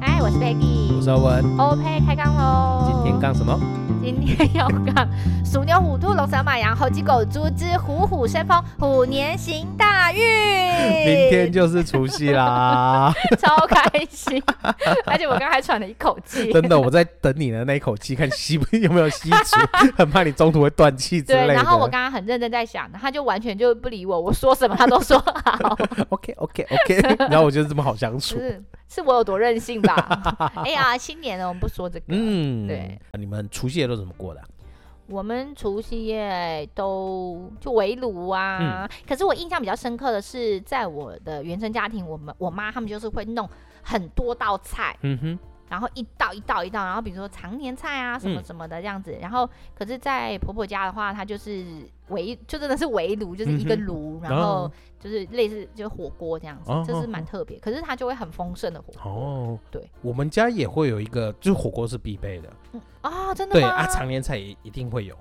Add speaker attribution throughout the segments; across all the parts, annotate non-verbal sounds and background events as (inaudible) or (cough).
Speaker 1: 嗨，哎我是贝蒂
Speaker 2: 我是欧文，
Speaker 1: ，OK，开杠喽。
Speaker 2: 今天杠什么？
Speaker 1: 今天要杠鼠牛虎兔龙蛇马羊猴鸡狗猪之虎虎生风虎年行大运。
Speaker 2: (laughs) 明天就是除夕啦！
Speaker 1: (laughs) 超开心，而且我刚才喘了一口
Speaker 2: (laughs)
Speaker 1: 气。
Speaker 2: 真的，我在等你的那一口气，看吸不有没有吸足，很怕你中途会断气之类
Speaker 1: 对，
Speaker 2: 的。
Speaker 1: 然后我刚刚很认真在想，他就完全就不理我，我说什么他都说
Speaker 2: (laughs)
Speaker 1: 好，
Speaker 2: OK OK OK，然 (laughs) 后我觉得这么好相
Speaker 1: 就
Speaker 2: 处。
Speaker 1: 是是我有多任性吧？哎呀，新年了，我们不说这个。
Speaker 2: 嗯，
Speaker 1: 对，
Speaker 2: 你们除夕夜都怎么过的啊？
Speaker 1: 我们除夕夜都就围炉
Speaker 2: 嗯
Speaker 1: 啊，可是我印象比较深刻的是，在我的原生家庭，我们我妈他们就是会弄很多道菜，
Speaker 2: 嗯哼，
Speaker 1: 然后一道一道一道，然后比如说常年菜啊什么
Speaker 2: 嗯
Speaker 1: 什么的这样子。然后可是，在婆婆家的话，她就是围，就真的是围炉，就是一个
Speaker 2: 嗯哼
Speaker 1: 炉，
Speaker 2: 哦
Speaker 1: 然后就是类似就是火锅这样子，
Speaker 2: 哦
Speaker 1: 这是蛮
Speaker 2: 哦
Speaker 1: 特别。可是它就会很丰盛的火锅
Speaker 2: 哦，
Speaker 1: 对，
Speaker 2: 我们家也会有一个，就是火锅是必备的，
Speaker 1: 啊、真的
Speaker 2: 对
Speaker 1: 吗？
Speaker 2: 啊，常年菜也一定会有，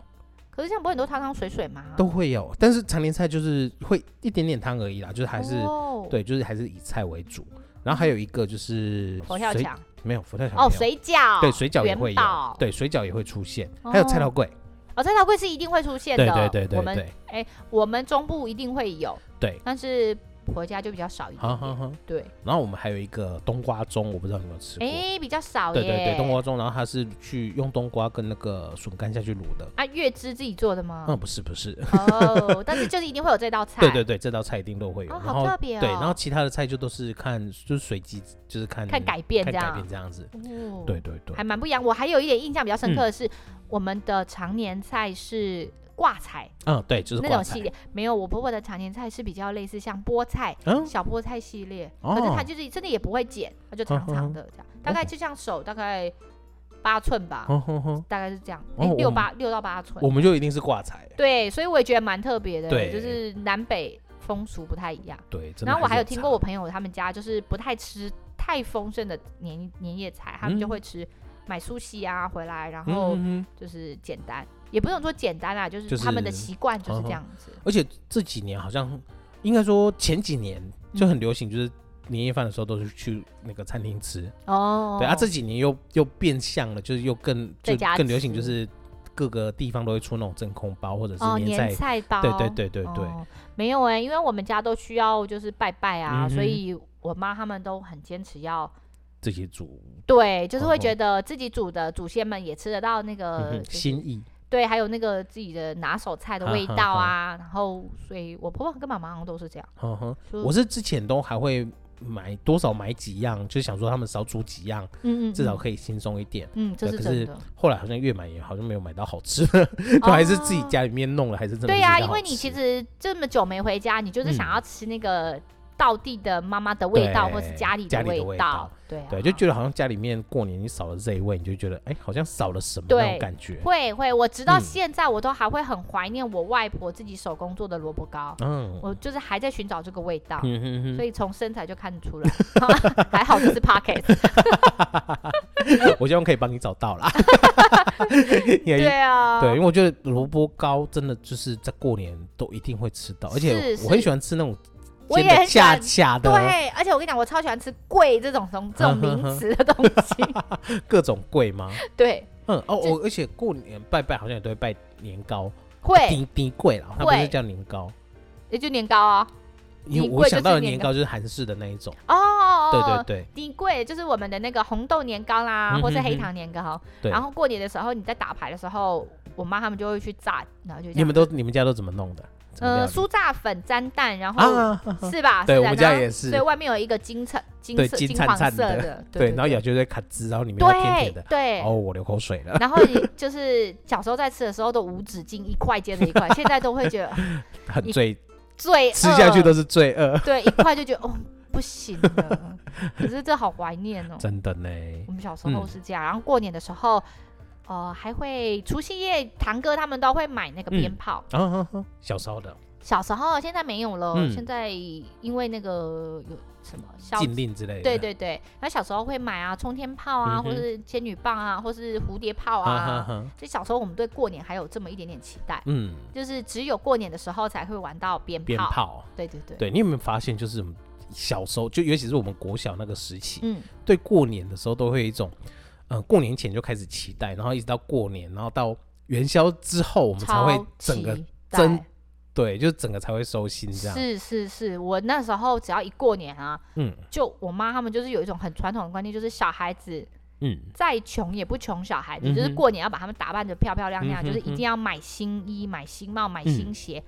Speaker 1: 可是这样不会很多汤汤水水吗？
Speaker 2: 都会有，但是常年菜就是会一点点汤而已啦，就是还是
Speaker 1: 哦、
Speaker 2: 对，就是还是以菜为主。然后还有一个就是
Speaker 1: 佛跳
Speaker 2: 水
Speaker 1: 墙
Speaker 2: 没有佛跳墙
Speaker 1: 哦，
Speaker 2: 没有
Speaker 1: 水饺
Speaker 2: 对水饺也
Speaker 1: 元
Speaker 2: 会有
Speaker 1: 宝，
Speaker 2: 对水饺也会出现，还有菜头粿，
Speaker 1: 哦，在桃柜是一定会出现的。
Speaker 2: 对对对对
Speaker 1: 我们
Speaker 2: 对
Speaker 1: 我们中部一定会有，
Speaker 2: 对，
Speaker 1: 但是婆家就比较少一点
Speaker 2: 好
Speaker 1: 点。
Speaker 2: 好好。
Speaker 1: 对，
Speaker 2: 然后我们还有一个冬瓜盅，我不知道你有没有吃过，
Speaker 1: 哎、比较少耶。
Speaker 2: 对对对，冬瓜盅，然后它是去用冬瓜跟那个笋干下去卤的，
Speaker 1: 啊，月枝自己做的吗？
Speaker 2: 嗯，不是不是，
Speaker 1: 哦，但
Speaker 2: (laughs)
Speaker 1: 是就是一定会有这道菜。
Speaker 2: 对对对，这道菜一定都会有，
Speaker 1: 哦，
Speaker 2: 然
Speaker 1: 好
Speaker 2: 后
Speaker 1: 特别哦。
Speaker 2: 对，然后其他的菜就都是看就是随机，就是看
Speaker 1: 看改变
Speaker 2: 看
Speaker 1: 这
Speaker 2: 改
Speaker 1: 样
Speaker 2: 变。这样子，
Speaker 1: 哦
Speaker 2: 对，嗯对对
Speaker 1: 还，蛮不一样。我还有一点印象比较深刻的是，我们的常年菜是挂菜
Speaker 2: 嗯对，就是
Speaker 1: 那
Speaker 2: 挂
Speaker 1: 种
Speaker 2: 菜
Speaker 1: 系，列，没有我婆婆的常年菜是比较类似像菠菜、
Speaker 2: 嗯，
Speaker 1: 小菠菜系列，
Speaker 2: 哦
Speaker 1: 可是它就是真的也不会剪，它就长长的这
Speaker 2: (laughs)
Speaker 1: 样，大概就像手大概八寸吧，
Speaker 2: 哼哼哼，
Speaker 1: 大概是这样，
Speaker 2: 哦
Speaker 1: 诶
Speaker 2: 我
Speaker 1: 六
Speaker 2: 们
Speaker 1: 八六到八寸
Speaker 2: 我。们就一定是挂菜，
Speaker 1: 对，所以我也觉得蛮特别的，
Speaker 2: 对
Speaker 1: 就是南北风俗不太一样。
Speaker 2: 对，真的
Speaker 1: 然后我还有
Speaker 2: 是
Speaker 1: 听
Speaker 2: 差
Speaker 1: 过我朋友他们家就是不太吃太丰盛的年年夜菜，他们就
Speaker 2: 嗯
Speaker 1: 会吃买苏西啊回来，然
Speaker 2: 嗯
Speaker 1: 后
Speaker 2: 嗯嗯
Speaker 1: 就是简单，也不用说简单啦，就是
Speaker 2: 就是
Speaker 1: 他们的习惯就是
Speaker 2: 嗯
Speaker 1: 这
Speaker 2: 哼
Speaker 1: 样子。
Speaker 2: 而且这几年好像，应该说前几年
Speaker 1: 嗯
Speaker 2: 就很流行，就是年夜饭的时候都是去那个餐厅吃。
Speaker 1: 哦，
Speaker 2: 对啊，这几年又又变相了，就是又更
Speaker 1: 在
Speaker 2: 就
Speaker 1: 家
Speaker 2: 更流行，就
Speaker 1: 吃
Speaker 2: 是各个地方都会出那种真空包或者
Speaker 1: 哦
Speaker 2: 是
Speaker 1: 年
Speaker 2: 菜。
Speaker 1: 菜包，
Speaker 2: 对对对对对，
Speaker 1: 哦没有哎、因为我们家都需要就是拜拜啊，
Speaker 2: 嗯哼
Speaker 1: 所以我妈他们都很坚持要
Speaker 2: 这些煮
Speaker 1: 对，就是会
Speaker 2: 哦
Speaker 1: 觉得自己煮的祖先们也吃得到那
Speaker 2: 嗯
Speaker 1: 个
Speaker 2: 哼
Speaker 1: 就是
Speaker 2: 心意
Speaker 1: 对，还有那个自己的拿手菜的
Speaker 2: 哈
Speaker 1: 味
Speaker 2: 哈
Speaker 1: 道啊，然后所以我婆婆跟妈妈好像都是这样，
Speaker 2: 呵呵。
Speaker 1: 就
Speaker 2: 嗯我是之前都还会买多少买几样，就想说他们少煮几样，
Speaker 1: 嗯嗯，
Speaker 2: 至少
Speaker 1: 嗯
Speaker 2: 可以轻松一点。
Speaker 1: 嗯，这是
Speaker 2: 对可
Speaker 1: 真
Speaker 2: 是 (laughs)
Speaker 1: 的，
Speaker 2: 后来好像越买也好像没有买到好吃的， (laughs) 都还是自己
Speaker 1: 哦
Speaker 2: 家里面弄了，还是真的
Speaker 1: 对
Speaker 2: 呀、
Speaker 1: 呀、因为你其实这么久没回家，你就是想
Speaker 2: 嗯
Speaker 1: 要吃那个道地的妈妈的味道，或是
Speaker 2: 对
Speaker 1: 家里
Speaker 2: 家里的
Speaker 1: 味
Speaker 2: 味
Speaker 1: 道
Speaker 2: 道，
Speaker 1: 对啊，
Speaker 2: 对，就觉得好像家里面过年你少了这一味，你就觉得哎、好像少了什么
Speaker 1: 对
Speaker 2: 那种感觉。
Speaker 1: 会会，我直到
Speaker 2: 嗯
Speaker 1: 现在我都还会很怀念我外婆自己手工做的萝卜糕，
Speaker 2: 嗯，
Speaker 1: 我就是还在寻找这个味道。
Speaker 2: 嗯哼哼
Speaker 1: 所以从身材就看出来， (laughs) 还好这是 pocket。
Speaker 2: (laughs) 我希望可以帮你找
Speaker 1: (laughs)
Speaker 2: 到啦。 (laughs) 也
Speaker 1: 对啊，
Speaker 2: 对，因为我觉得萝卜糕真的就是在过年都一定会吃到，而且
Speaker 1: 是
Speaker 2: 我很
Speaker 1: 是
Speaker 2: 喜欢吃那种
Speaker 1: 我
Speaker 2: 煎
Speaker 1: 也很
Speaker 2: 的
Speaker 1: 喜
Speaker 2: 恰
Speaker 1: 欢
Speaker 2: 恰的
Speaker 1: 对，而且我跟你讲，我超喜欢吃“贵”这
Speaker 2: (laughs)
Speaker 1: 种东这种名词的东西。 (laughs)
Speaker 2: 各种贵吗？
Speaker 1: 对，
Speaker 2: 嗯，哦，
Speaker 1: 这
Speaker 2: 我而且过年拜拜好像也都会拜年糕，
Speaker 1: 会
Speaker 2: 低低贵啦，它不
Speaker 1: 会
Speaker 2: 是叫年糕，
Speaker 1: 也就年糕啊。
Speaker 2: 因为
Speaker 1: 低
Speaker 2: 我
Speaker 1: 贵就
Speaker 2: 想
Speaker 1: 是
Speaker 2: 到的
Speaker 1: 年
Speaker 2: 年糕就是韩式的那一种，
Speaker 1: 哦哦，
Speaker 2: 对
Speaker 1: 哦
Speaker 2: 对，对
Speaker 1: 低贵就是我们的那个红豆年糕啦，
Speaker 2: 嗯
Speaker 1: 或是
Speaker 2: 哼
Speaker 1: 黑
Speaker 2: 哼
Speaker 1: 糖年糕。
Speaker 2: 对。
Speaker 1: 然后过年的时候，你在打牌的时候，我妈他们就会去炸，然后就这
Speaker 2: 你
Speaker 1: 样
Speaker 2: 们都你们家都怎么弄的？怎么
Speaker 1: 呃
Speaker 2: 料理
Speaker 1: 酥炸粉沾蛋，然后
Speaker 2: 啊，呵呵
Speaker 1: 是吧？
Speaker 2: 对
Speaker 1: 是啊
Speaker 2: 我们家
Speaker 1: 然后
Speaker 2: 也是
Speaker 1: 所以外面有一个金橙金
Speaker 2: 对
Speaker 1: 色
Speaker 2: 金
Speaker 1: 金
Speaker 2: 灿
Speaker 1: 黄
Speaker 2: 灿
Speaker 1: 色
Speaker 2: 的 (laughs)
Speaker 1: 的，
Speaker 2: 对，
Speaker 1: 对，
Speaker 2: 然后咬就会咔吱，然后里面会甜
Speaker 1: 对
Speaker 2: 甜的，
Speaker 1: 对
Speaker 2: 哦，。 (laughs) 我流口水了。
Speaker 1: 然后就是小时候在吃的时候都无止境一块接着一块，现在都会觉
Speaker 2: (laughs)
Speaker 1: 得
Speaker 2: 很
Speaker 1: 一
Speaker 2: 罪，
Speaker 1: 罪
Speaker 2: 吃下去
Speaker 1: 恶
Speaker 2: 都是罪恶，
Speaker 1: 对，一块就觉得哦不行了，可是这好怀念哦。
Speaker 2: (laughs) 真的呢。
Speaker 1: 我们小时候
Speaker 2: 嗯
Speaker 1: 是这样，然后过年的时候，
Speaker 2: 嗯
Speaker 1: 呃，还会除夕夜，堂哥他们都会买那个鞭炮，
Speaker 2: 啊，呵呵小时候的，
Speaker 1: 小时候，现在没有了。
Speaker 2: 嗯
Speaker 1: 现在因为那个有什么消
Speaker 2: 禁令之类的。
Speaker 1: 对对对，那小时候会买啊，冲天炮啊，
Speaker 2: 嗯哼
Speaker 1: 或是仙女棒啊，或是蝴蝶炮
Speaker 2: 哈，
Speaker 1: 啊。
Speaker 2: 哈哈，
Speaker 1: 所以小时候我们对过年还有这么一点点期待，
Speaker 2: 嗯，
Speaker 1: 就是只有过年的时候才会玩到鞭炮。
Speaker 2: 鞭炮。
Speaker 1: 对对对，
Speaker 2: 对你有没有发现，就是我们小时候，就尤其是我们国小那个时期，
Speaker 1: 嗯，
Speaker 2: 对过年的时候都会有一种，呃，过年前就开始期待，然后一直到过年，然后到元宵之后，我们才会
Speaker 1: 超
Speaker 2: 整个
Speaker 1: 期待
Speaker 2: 真对，就是整个才会收心这样。
Speaker 1: 是是是，我那时候只要一过年啊，
Speaker 2: 嗯
Speaker 1: 就我妈他们就是有一种很传统的观念，就是小孩子
Speaker 2: 嗯，
Speaker 1: 再穷也不穷小孩子，
Speaker 2: 嗯哼
Speaker 1: 就是过年要把他们打扮的漂漂亮亮，
Speaker 2: 嗯哼嗯
Speaker 1: 就是一定要买新衣、买新帽、买新鞋。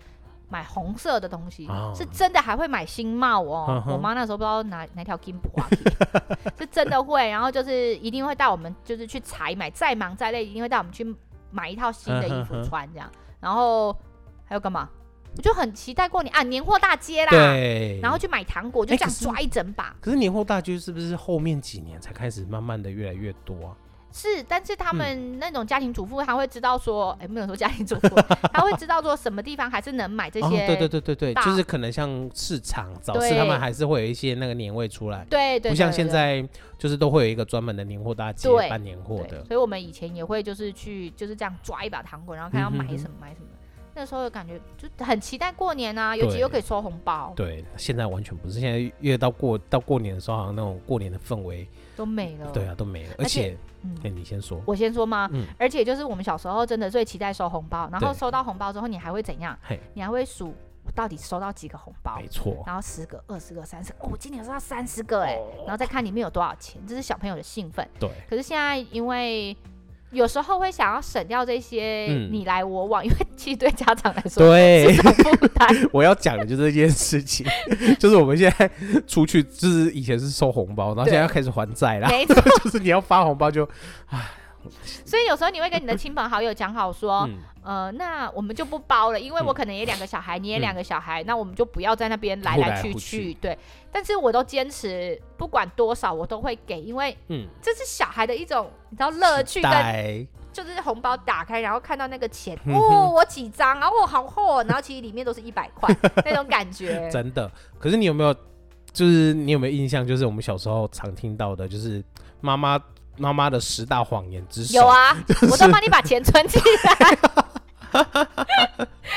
Speaker 1: 买红色的东西、
Speaker 2: 哦
Speaker 1: 是真的，还会买新帽哦。
Speaker 2: 嗯哼
Speaker 1: 我妈那时候不知道哪哪条金箔啊， (laughs) 是真的会。然后就是一定会带我们，就是去采买，再忙再累，一定会带我们去买一套新的衣
Speaker 2: 嗯哼
Speaker 1: 服
Speaker 2: 哼
Speaker 1: 穿这样。然后还有干嘛？我就很期待过年啊，年货大街啦，
Speaker 2: 对。
Speaker 1: 然后，去买糖果，就
Speaker 2: 哎
Speaker 1: 这样
Speaker 2: 可是
Speaker 1: 抓一整把。
Speaker 2: 可是年后大剧是不是后面几年才开始慢慢的越来越多啊？
Speaker 1: 是，但是他
Speaker 2: 嗯
Speaker 1: 们那种家庭主妇，他会知道说，哎、没有说家庭
Speaker 2: (laughs)
Speaker 1: 主妇，他会知道说什么地方还是能买这些。
Speaker 2: 哦，对对对对对，
Speaker 1: 大
Speaker 2: 就是可能像市场早市，
Speaker 1: 对
Speaker 2: 他们还是会有一些那个年味出来，
Speaker 1: 对对对
Speaker 2: 不像
Speaker 1: 对
Speaker 2: 现在就是都会有一个专门的年货大街
Speaker 1: 对
Speaker 2: 办年货
Speaker 1: 对，
Speaker 2: 的。
Speaker 1: 所以我们以前也会就是去就是这样抓一把糖果，然后看要买
Speaker 2: 嗯哼
Speaker 1: 什么买什么。那时候有感觉就很期待过年啊，尤其
Speaker 2: 对
Speaker 1: 又可以收红包，
Speaker 2: 对，现在完全不是，现在越到过到过年的时候，好像那种过年的氛围，
Speaker 1: 都没了。
Speaker 2: 对啊，，都没了。
Speaker 1: 嗯而
Speaker 2: 而
Speaker 1: 且
Speaker 2: 且，
Speaker 1: 嗯
Speaker 2: 哎、，你先说，
Speaker 1: 我先说吗？
Speaker 2: 嗯
Speaker 1: 而且就是我们小时候真的最期待收红包，然后
Speaker 2: 对
Speaker 1: 收到红包之后，你还会怎样？
Speaker 2: 嘿，
Speaker 1: 你还会数我到底收到几个红包
Speaker 2: 没？错，
Speaker 1: 然后十个、二十个、三十个，哦，我今年收到三十个哎、
Speaker 2: 哦
Speaker 1: 然后再看里面有多少钱，这是小朋友的兴奋。
Speaker 2: 对，
Speaker 1: 可是现在因为有时候会想要省掉这些
Speaker 2: 嗯
Speaker 1: 你来我往，因为其实对家长来说
Speaker 2: 对， (laughs)
Speaker 1: 是种负担。
Speaker 2: 我要讲的就是这件事情， (laughs) 就是我们现在出去，就是以前是收红包，然后
Speaker 1: 对
Speaker 2: 现在要开始还债啦，
Speaker 1: 没错，
Speaker 2: (laughs) 就是你要发红包就，
Speaker 1: 所以有时候你会跟你的亲朋好友讲好说，
Speaker 2: 嗯，嗯
Speaker 1: 呃，那我们就不包了，因为我可能也两个小孩，你也两个小孩，那我们就不要在那边来
Speaker 2: 互来
Speaker 1: 去
Speaker 2: 互
Speaker 1: 去。
Speaker 2: 去
Speaker 1: 对，但是我都坚持，不管多少我都会给，因为
Speaker 2: 嗯，
Speaker 1: 这是小孩的一种你知道乐趣跟
Speaker 2: 带，
Speaker 1: 就是红包打开，然后看到那个
Speaker 2: (laughs)
Speaker 1: 钱，
Speaker 2: 嗯
Speaker 1: 哦，
Speaker 2: 哼
Speaker 1: 我几张啊，哦，好厚哦，然后其实里面都是一百
Speaker 2: (laughs)
Speaker 1: 块那种感觉。
Speaker 2: 真的。可是你有没有，就是你有没有印象，就是我们小时候常听到的，就是妈妈妈妈的十大谎言之首，
Speaker 1: 有啊，我都帮你把钱存起来， (laughs)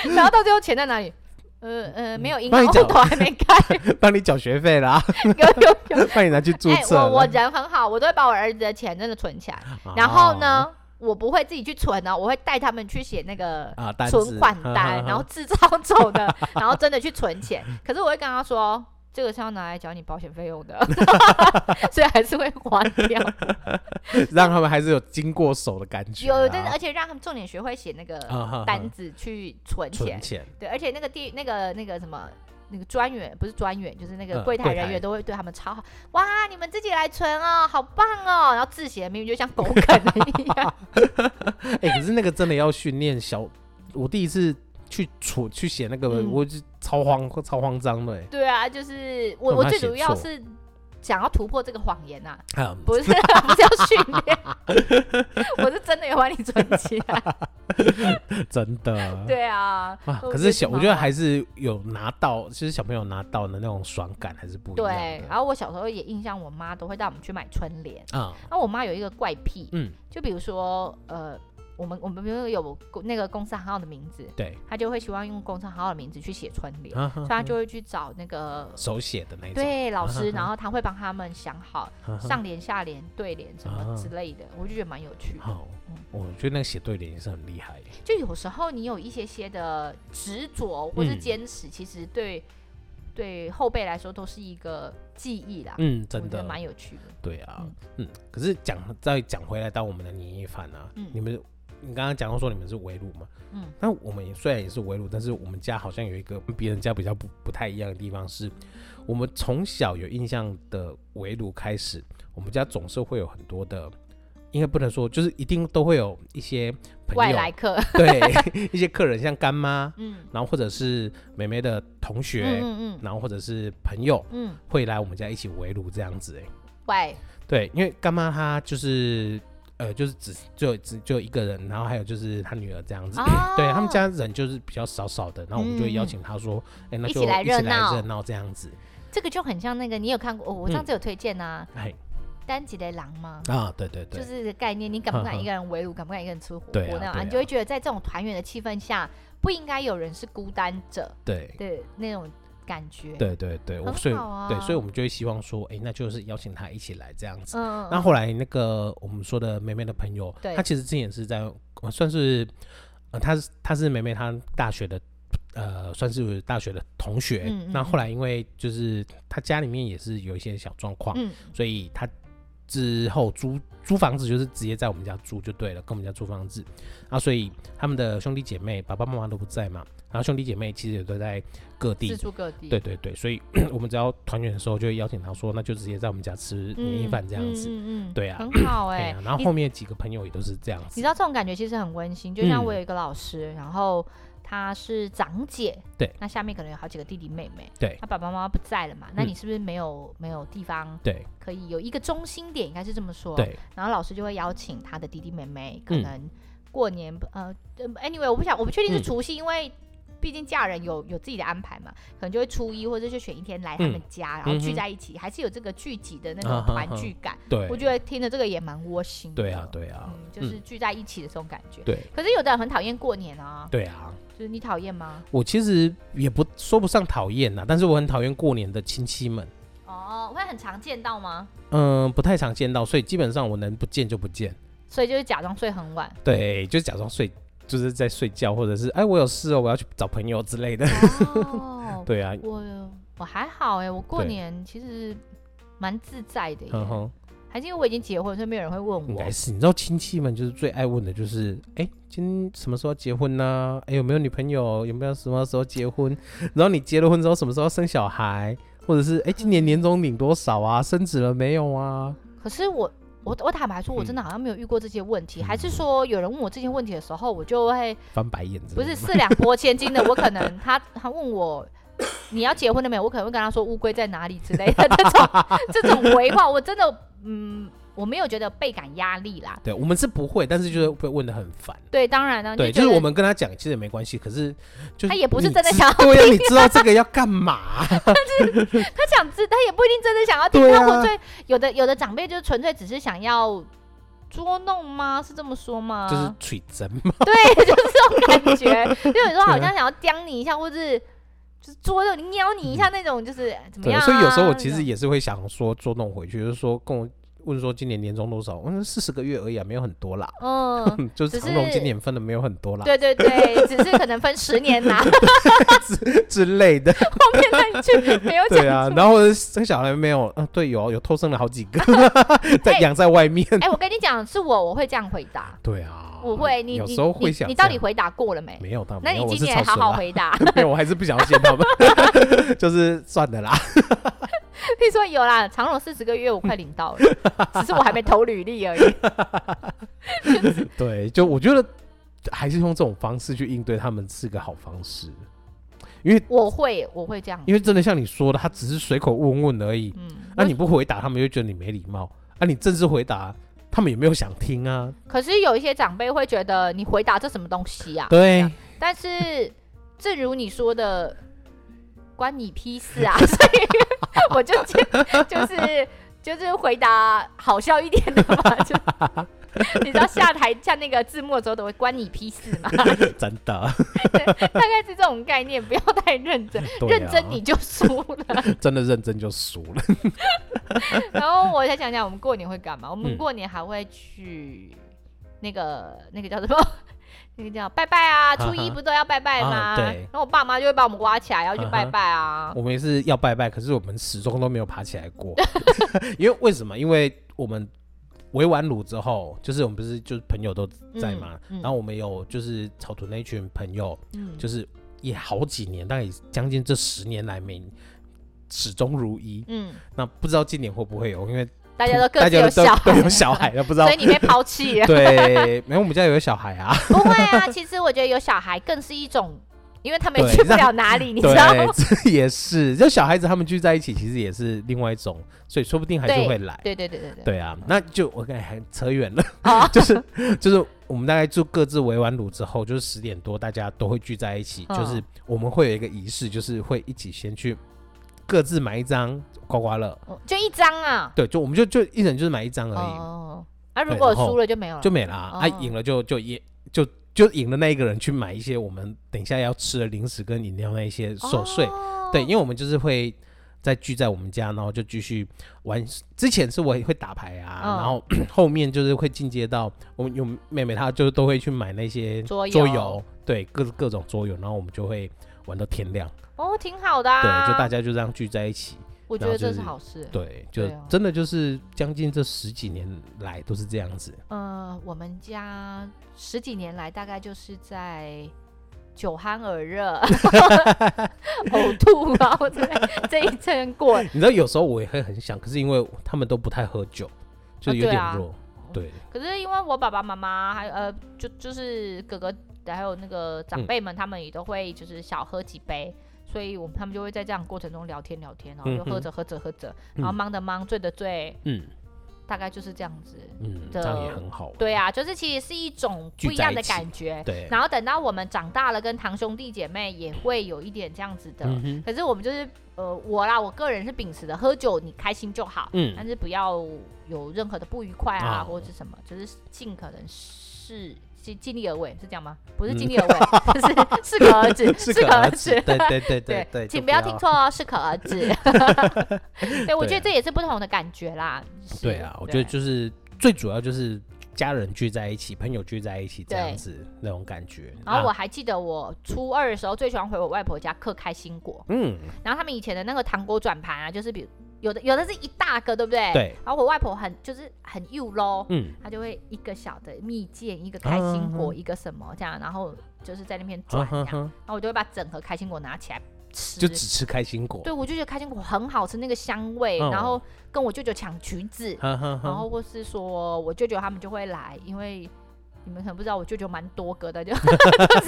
Speaker 1: 然后到最后钱在哪里？呃呃，没有银
Speaker 2: 嗯帮
Speaker 1: 行
Speaker 2: 你
Speaker 1: 户
Speaker 2: 找
Speaker 1: 头还没开，
Speaker 2: 帮你缴学
Speaker 1: (laughs)
Speaker 2: 费啦，
Speaker 1: 有有
Speaker 2: (laughs)
Speaker 1: 有。
Speaker 2: 帮你拿去注
Speaker 1: 哎、
Speaker 2: 册
Speaker 1: 我
Speaker 2: 了。
Speaker 1: 我人很好，我都会把我儿子的钱真的存起来，
Speaker 2: 哦
Speaker 1: 然后呢，？我不会自己去存哦，我会带他们去写那个
Speaker 2: 啊，单子
Speaker 1: 存款
Speaker 2: 呵呵
Speaker 1: 单，
Speaker 2: (laughs) 呵
Speaker 1: 然后制造走
Speaker 2: (laughs)
Speaker 1: 的，然后真的去存钱。可是我会跟他说，这个是要拿来缴你保险费用
Speaker 2: (laughs)
Speaker 1: 的，所以还是会还掉。
Speaker 2: (laughs) 让他们还是有经过手的感觉啊，
Speaker 1: 有的，而且让他们重点学会写那个
Speaker 2: (laughs) 啊哈哈
Speaker 1: 单子去存钱
Speaker 2: 存。钱，
Speaker 1: 对，而且那个地那个那个什么。那个专员不是专员，就是那个
Speaker 2: 嗯
Speaker 1: 柜台
Speaker 2: 柜
Speaker 1: 人
Speaker 2: 台
Speaker 1: 员都会对他们超好。哇，你们自己来存哦，好棒哦！然后字写明明就像
Speaker 2: (laughs)
Speaker 1: 狗啃一样。
Speaker 2: 哎、可是那个真的要训练小，我第一次去处去写那个，
Speaker 1: 嗯
Speaker 2: 我就超慌超慌张的、欸，
Speaker 1: 对啊，就是我
Speaker 2: 干
Speaker 1: 我
Speaker 2: 嘛
Speaker 1: 最
Speaker 2: 写
Speaker 1: 主要
Speaker 2: 错
Speaker 1: 是想要突破这个谎言呐、
Speaker 2: 啊
Speaker 1: 不是 (laughs) 不是要训练， (laughs) 我是真的有把你存起来。
Speaker 2: (laughs) (laughs) 真的。
Speaker 1: 对啊，
Speaker 2: 啊，
Speaker 1: 我
Speaker 2: 可
Speaker 1: 觉
Speaker 2: 是
Speaker 1: 得
Speaker 2: 小，
Speaker 1: 挺
Speaker 2: 我觉得
Speaker 1: 好玩
Speaker 2: 还是有拿到，其实小朋友拿到的那种爽感还是不一样
Speaker 1: 对。然
Speaker 2: 的。
Speaker 1: 后我小时候也印象，我妈都会带我们去买春联。
Speaker 2: 啊，
Speaker 1: 然后我妈有一个怪癖，
Speaker 2: 嗯，
Speaker 1: 就比如说呃，我们我们比如说有公那个公司行号的名字，
Speaker 2: 对，
Speaker 1: 她就会希望用公司行号的名字去写春联，
Speaker 2: 啊哈
Speaker 1: 所以她就会去找那个。
Speaker 2: 手写的那种，
Speaker 1: 对老师，
Speaker 2: 啊哈
Speaker 1: 然后她会帮他们想好
Speaker 2: 啊哈
Speaker 1: 上联、下联、对联什么
Speaker 2: 啊
Speaker 1: 之类的，我就觉得蛮有趣的。
Speaker 2: 好哦
Speaker 1: 嗯，啊
Speaker 2: 我觉得那个写对联也是很厉害的。
Speaker 1: 就有时候你有一些些的执着或是
Speaker 2: 嗯
Speaker 1: 坚持，其实对对后辈来说都是一个记忆啦，
Speaker 2: 嗯，
Speaker 1: 我
Speaker 2: 真
Speaker 1: 觉得
Speaker 2: 的，
Speaker 1: 蛮有趣的。
Speaker 2: 对啊，嗯，可是讲再讲回来到我们的年夜饭啊，
Speaker 1: 嗯
Speaker 2: 你们你刚刚讲到说你们是围炉嘛，
Speaker 1: 嗯，
Speaker 2: 那我们也虽然也是围炉，但是我们家好像有一个跟别人家比较不不太一样的地方是，我们从小有印象的围炉开始，我们家总是会有很多的。应该不能说，就是一定都会有一些朋
Speaker 1: 外
Speaker 2: 友，
Speaker 1: 来客，
Speaker 2: (laughs) 对 (laughs) 一些客人，像干妈，
Speaker 1: 嗯
Speaker 2: 然后或者是妹妹的同学，
Speaker 1: 嗯嗯
Speaker 2: 然后或者是朋友
Speaker 1: 嗯，
Speaker 2: 会来我们家一起围炉这样子、欸。
Speaker 1: 喂，
Speaker 2: 对，因为干妈她就是呃，就是只就只就一个人，然后还有就是他女儿这样子。
Speaker 1: 哦
Speaker 2: 嗯
Speaker 1: 嗯
Speaker 2: 对他们家人就是比较少少的，然后我们就会邀请他说，哎、那
Speaker 1: 一
Speaker 2: 就
Speaker 1: 起来
Speaker 2: 一起
Speaker 1: 热
Speaker 2: 来
Speaker 1: 闹
Speaker 2: 热闹这样子。
Speaker 1: 这个就很像那个，你有看过？哦、
Speaker 2: 嗯
Speaker 1: 我上次有推荐啊，
Speaker 2: 哎
Speaker 1: 单吉的狼吗？
Speaker 2: 啊，对对对，
Speaker 1: 就是这个概念，你敢不
Speaker 2: 哼 (laughs)
Speaker 1: 敢
Speaker 2: 哼
Speaker 1: 一个人围炉，敢不敢一个人吃火锅
Speaker 2: 对啊
Speaker 1: 那样、
Speaker 2: 对啊
Speaker 1: 你就会觉得在这种团圆的气氛下，不应该有人是孤单者
Speaker 2: 对
Speaker 1: 的那种感觉。，
Speaker 2: 对对对，我
Speaker 1: 很
Speaker 2: 所以、
Speaker 1: 好啊
Speaker 2: 对，所以我们就会希望说，哎、那就是邀请他一起来这样子。
Speaker 1: 嗯，
Speaker 2: 那后来那个我们说的梅梅的朋友，
Speaker 1: 对
Speaker 2: 她其实之前也是在呃算是，呃，她是她是梅梅她大学的，呃，算是大学的同学。
Speaker 1: 嗯嗯
Speaker 2: 那
Speaker 1: 嗯
Speaker 2: 后来因为就是她家里面也是有一些小状况，
Speaker 1: 嗯，
Speaker 2: 所以她之后租租房子就是直接在我们家住就对了，跟我们家租房子。啊，所以他们的兄弟姐妹爸爸妈妈都不在嘛，然后兄弟姐妹其实也都在各地
Speaker 1: 四处各地，
Speaker 2: 对对对，所以 (clears throat) 我们只要团圆的时候，就会邀请他说，那就直接在我们家吃
Speaker 1: 嗯，
Speaker 2: 年夜饭这样子。
Speaker 1: 嗯嗯嗯
Speaker 2: 对啊
Speaker 1: 很好哎、
Speaker 2: 对啊，然后
Speaker 1: 你
Speaker 2: 后面几个朋友也都是这样
Speaker 1: 你知
Speaker 2: 子。
Speaker 1: 道这种感觉其实很温馨，就像
Speaker 2: 嗯
Speaker 1: 我有一个老师，然后她是长姐，
Speaker 2: 对，
Speaker 1: 那下面可能有好几个弟弟妹妹，
Speaker 2: 对
Speaker 1: 她爸爸妈妈不在了嘛，那
Speaker 2: 嗯
Speaker 1: 你是不是没有没有地方
Speaker 2: 对
Speaker 1: 可以有一个中心点，应该是这么说，，
Speaker 2: 对，
Speaker 1: 然后老师就会邀请他的弟弟妹妹，可
Speaker 2: 嗯
Speaker 1: 能过年、呃呃，anyway，我不想，我不确定是
Speaker 2: 嗯
Speaker 1: 除夕，因为毕竟嫁人有有自己的安排嘛，可能就会初一或者就选一天来他们家，然后
Speaker 2: 嗯
Speaker 1: 聚
Speaker 2: 哼
Speaker 1: 在一起，还是有这个聚集的那
Speaker 2: 啊
Speaker 1: 种
Speaker 2: 哈
Speaker 1: 团
Speaker 2: 哈
Speaker 1: 聚感。
Speaker 2: 对，
Speaker 1: 我觉得听着这个也蛮窝心的。
Speaker 2: 对啊，对啊，
Speaker 1: 嗯，就是聚在一起的这种感觉。
Speaker 2: 对
Speaker 1: 可是有的人很讨厌过年啊，
Speaker 2: 对啊。
Speaker 1: 就是你讨厌吗？
Speaker 2: 我其实也不说不上讨厌呐，但是我很讨厌过年的亲戚们，
Speaker 1: 哦，会很常见到吗？
Speaker 2: 嗯、不太常见到，所以基本上我能不见就不见，
Speaker 1: 所以就是假装睡很
Speaker 2: (laughs)
Speaker 1: 晚。
Speaker 2: 对，就假装睡，就是在睡觉，或者是哎我有事哦，我要去找朋友之类的。
Speaker 1: 哦，
Speaker 2: 对啊，
Speaker 1: 我我还好哎、我过
Speaker 2: 对
Speaker 1: 年其实蛮自在的耶。
Speaker 2: 嗯哼哼，
Speaker 1: 还是因为我已经结婚，所以没有人会问
Speaker 2: 应
Speaker 1: 我
Speaker 2: 该。是，你知道亲戚们就是最爱问的就是，哎、今什么时候结婚呢、哎、有没有女朋友？有没有什么时候结婚？然后你结了婚之后，什么时候生小孩？或者是哎、今年年终领多少啊？升职了没有啊？
Speaker 1: 可是我我我坦白说，我真
Speaker 2: 嗯
Speaker 1: 的好像没有遇过这些问题。还是说有人问我这些问题的时候，我就会
Speaker 2: 翻白眼之
Speaker 1: 不
Speaker 2: 类的吗，
Speaker 1: 是四两拨千斤的，我可能他他问我。你要结婚了没有？我可能会跟他说乌龟在哪里之类的这种这种回话，我真的嗯，我没有觉得倍感压力啦。
Speaker 2: 对我们是不会，但是就是被问的很烦。
Speaker 1: 对，当然了，
Speaker 2: 对，
Speaker 1: 就
Speaker 2: 就
Speaker 1: 觉
Speaker 2: 是
Speaker 1: 得
Speaker 2: 我们跟他讲，其实也没关系。可是就是
Speaker 1: 他也不是
Speaker 2: 你
Speaker 1: 真的
Speaker 2: 知
Speaker 1: 想要
Speaker 2: 对呀、你知道这个要
Speaker 1: (laughs)
Speaker 2: 干嘛？
Speaker 1: 他想知，他也不一定真的想要听。
Speaker 2: 对
Speaker 1: 他
Speaker 2: 啊
Speaker 1: 纯粹有的有的长辈就纯粹只是想要捉弄吗？是这么说吗？
Speaker 2: 就是取针嘛。
Speaker 1: 对，就是这种感觉，就有时候好像想要刁你一下，或是就是捉弄你、撩你一下那种，就是哎怎么
Speaker 2: 对
Speaker 1: 样、，啊？
Speaker 2: 所以有时候我其
Speaker 1: 那
Speaker 2: 实
Speaker 1: 种
Speaker 2: 也是会想说捉弄回去，就是说跟我问说今年年终多少，我说四十个月而已啊，没有很多啦。
Speaker 1: 嗯，
Speaker 2: 嗯，就
Speaker 1: 只
Speaker 2: 是长荣
Speaker 1: 是
Speaker 2: 今年分的没有很多啦，
Speaker 1: 对对
Speaker 2: (laughs)
Speaker 1: 对，只是可能分十年拿 (laughs) 后
Speaker 2: 之 (laughs) 类
Speaker 1: (laughs)
Speaker 2: 的，
Speaker 1: 面再去，没有讲
Speaker 2: 对
Speaker 1: 出
Speaker 2: 啊，
Speaker 1: 来
Speaker 2: 然后或者是生小孩没有，啊，对，有有偷生了好几
Speaker 1: (laughs)
Speaker 2: 个，在
Speaker 1: 哎
Speaker 2: 养在外面，
Speaker 1: 哎、我跟你讲，是我，我会这样回答，
Speaker 2: 对
Speaker 1: (laughs)
Speaker 2: 啊，
Speaker 1: 我会，你
Speaker 2: 有
Speaker 1: 你
Speaker 2: 时候会
Speaker 1: 你
Speaker 2: 想
Speaker 1: 你到底
Speaker 2: 这样
Speaker 1: 回答过了没？
Speaker 2: 没有
Speaker 1: (laughs)
Speaker 2: 到，
Speaker 1: 那
Speaker 2: 没有
Speaker 1: 你
Speaker 2: 我
Speaker 1: 今
Speaker 2: 是啊
Speaker 1: 年好好
Speaker 2: 草蛇啦，
Speaker 1: 回答。 (laughs)
Speaker 2: (laughs) 没有，我还是不想要见他们， (laughs) 就是算了啦，
Speaker 1: 听说有啦，长隆四十个月我快领到
Speaker 2: (laughs)
Speaker 1: 了，只是我还没投履历而已。
Speaker 2: 对，就我觉得还是用这种方式去应对他们是个好方式，
Speaker 1: 我会，我会这样。
Speaker 2: 因为真的像你说的，他只是随口问问而已，
Speaker 1: 嗯，
Speaker 2: 那、你不回答，他们就觉得你没礼貌，啊，你正式回答，他们也没有想听啊，
Speaker 1: 可是有一些长辈会觉得你回答这什么东西啊？这
Speaker 2: 对
Speaker 1: 样。但
Speaker 2: (laughs)
Speaker 1: 是正如你说的，关你屁事
Speaker 2: (laughs)
Speaker 1: 啊！所以我就就就是就是回答好笑一点的嘛，就你知道下台下那个字幕的时候都会关你屁事
Speaker 2: (laughs)
Speaker 1: 嘛，
Speaker 2: 真的，
Speaker 1: (laughs) 大概是这种概念，不要太认真，
Speaker 2: 对啊
Speaker 1: 认真你就输
Speaker 2: (laughs)
Speaker 1: 了。
Speaker 2: 真的认真就输了。
Speaker 1: 然后我再讲讲我们过年会干嘛，我们
Speaker 2: 嗯
Speaker 1: 过年还会去那个那个叫什么？ (laughs) 那个叫拜拜啊，初一
Speaker 2: 啊哈
Speaker 1: 不都要拜拜吗？
Speaker 2: 啊对
Speaker 1: 然后我爸妈就会把我们挖起来，要去拜
Speaker 2: 啊哈
Speaker 1: 拜啊。
Speaker 2: 我们也是要拜拜，可是我们始终都没有爬起来
Speaker 1: (laughs)
Speaker 2: 过，因为为什么？因为我们围完炉之后，就是我们不是就是朋友都在嘛，
Speaker 1: 嗯嗯
Speaker 2: 然后我们有就是草屯那一群朋友，
Speaker 1: 嗯
Speaker 2: 就是也好几年，大概也将近这十年来没始终如一。
Speaker 1: 嗯，
Speaker 2: 那不知道今年会不会有，哦因为
Speaker 1: 大家都各
Speaker 2: 大
Speaker 1: 自有
Speaker 2: 家都
Speaker 1: 小
Speaker 2: 都
Speaker 1: 孩，
Speaker 2: 有小孩了，不知道
Speaker 1: 所以。你被抛
Speaker 2: (laughs)
Speaker 1: 弃了。
Speaker 2: 对，没有，我们家有小孩啊。
Speaker 1: 不会啊，其实我觉得有小孩更是一种，因因为他们
Speaker 2: 对
Speaker 1: 也去不
Speaker 2: 让
Speaker 1: 了哪里， (laughs) 你知道吗？
Speaker 2: (laughs) 对，这也是，就小孩子他们聚在一起，其实也是另外一种，所以说不定还是会来。
Speaker 1: 对对对对对。
Speaker 2: 对啊，那就我感觉还扯远了，
Speaker 1: 哦，
Speaker 2: 就是就是我们大概就各自围完炉之后，就是十点多大家都会聚在一起，
Speaker 1: 嗯
Speaker 2: 就是我们会有一个仪式，就是会一起先去各自买一张刮刮乐，
Speaker 1: 嗯就一张啊。
Speaker 2: 对，就我们就就一人就是买一张而已，
Speaker 1: 哦，啊，如
Speaker 2: 对
Speaker 1: 果
Speaker 2: 然后
Speaker 1: 输了就没有了，
Speaker 2: 就没啦、啊，
Speaker 1: 哦
Speaker 2: 赢了就就也就就赢的那一个人去买一些我们等一下要吃的零食跟饮料那一些守岁，
Speaker 1: 哦
Speaker 2: 对，因为我们就是会再聚在我们家，然后就继续玩。之前是我也会打牌啊，
Speaker 1: 嗯
Speaker 2: 然后 (clears throat) 后面就是会进阶到我们有妹妹她就都会去买那些
Speaker 1: 桌游
Speaker 2: 对各各种桌游，然后我们就会玩到天亮。
Speaker 1: 哦，挺好的
Speaker 2: 对，
Speaker 1: 啊。
Speaker 2: 就大家就这样聚在一起。
Speaker 1: 我觉
Speaker 2: 然后
Speaker 1: 得这
Speaker 2: 就是是
Speaker 1: 好事。
Speaker 2: 对，就
Speaker 1: 对啊
Speaker 2: 真的就是将近这十几年来都是这样子。
Speaker 1: 呃，我们家十几年来大概就是在酒酣耳热、 (laughs) 呕吐啊，或者这一阵过。
Speaker 2: 你知道有时候我也会很想，可是因为他们都不太喝酒，就
Speaker 1: 啊
Speaker 2: 有
Speaker 1: 对
Speaker 2: 点
Speaker 1: 啊
Speaker 2: 弱。对，
Speaker 1: 可是因为我爸爸妈妈还有呃，就就是哥哥还有那个长
Speaker 2: 嗯
Speaker 1: 辈们，他们也都会就是小喝几杯。所以，我们他们就会在这样过程中聊天聊天，然后就
Speaker 2: 嗯
Speaker 1: 喝
Speaker 2: 哼
Speaker 1: 着喝着喝着，然后
Speaker 2: 嗯
Speaker 1: 忙的忙，醉的醉，
Speaker 2: 嗯
Speaker 1: 大概就是这样子。
Speaker 2: 嗯，
Speaker 1: 的
Speaker 2: 这样也很好。
Speaker 1: 对啊，就是其实是一种不一样的感觉。
Speaker 2: 对，
Speaker 1: 然后等到我们长大了，跟堂兄弟姐妹也会有一点这样子的。
Speaker 2: 嗯哼，
Speaker 1: 可是我们就是呃，我啦，我个人是秉持的，喝酒你开心就好，
Speaker 2: 嗯
Speaker 1: 但是不要有任何的不愉快啊，
Speaker 2: 啊
Speaker 1: 或者是什么，就是尽可能是尽尽力而为，是这样吗？不是尽力而为，就是适可而止，
Speaker 2: 嗯 (laughs) 适
Speaker 1: 适可而止。
Speaker 2: 对对
Speaker 1: 对
Speaker 2: 对对对，
Speaker 1: 请
Speaker 2: 就
Speaker 1: 不要听。错哦，适可而
Speaker 2: (laughs)
Speaker 1: 止。对，我觉得这也是不同的感觉啦。是
Speaker 2: 啊对啊，我觉
Speaker 1: 对
Speaker 2: 得就是最主要就是家人聚在一起，朋友聚在一起这样子那种感觉。
Speaker 1: 然后我
Speaker 2: 啊
Speaker 1: 还记得我初二的时候最喜欢回我外婆家嗑开心果，
Speaker 2: 嗯，
Speaker 1: 然后他们以前的那个糖果转盘啊，就是比有的有的是一大个，对不对？。
Speaker 2: 对，
Speaker 1: 然后我外婆很就是很幼喽，
Speaker 2: 嗯，
Speaker 1: 她就会一个小的蜜饯，一个开心果，
Speaker 2: 嗯嗯
Speaker 1: 一个什么这样，然后就是在那边
Speaker 2: 哈
Speaker 1: 转这
Speaker 2: 啊
Speaker 1: 样，
Speaker 2: 哈哈，
Speaker 1: 然后我就会把整盒开心果拿起来吃。
Speaker 2: 就只吃开心果，
Speaker 1: 对，我就觉得开心果很好吃，那个香味，
Speaker 2: 嗯
Speaker 1: 然后跟我舅舅抢橘子，
Speaker 2: 哈哈
Speaker 1: 然
Speaker 2: 哈，
Speaker 1: 后或是说我舅舅他们就会来，因为你们可能不知道我舅舅蛮多个的，就 (laughs) 就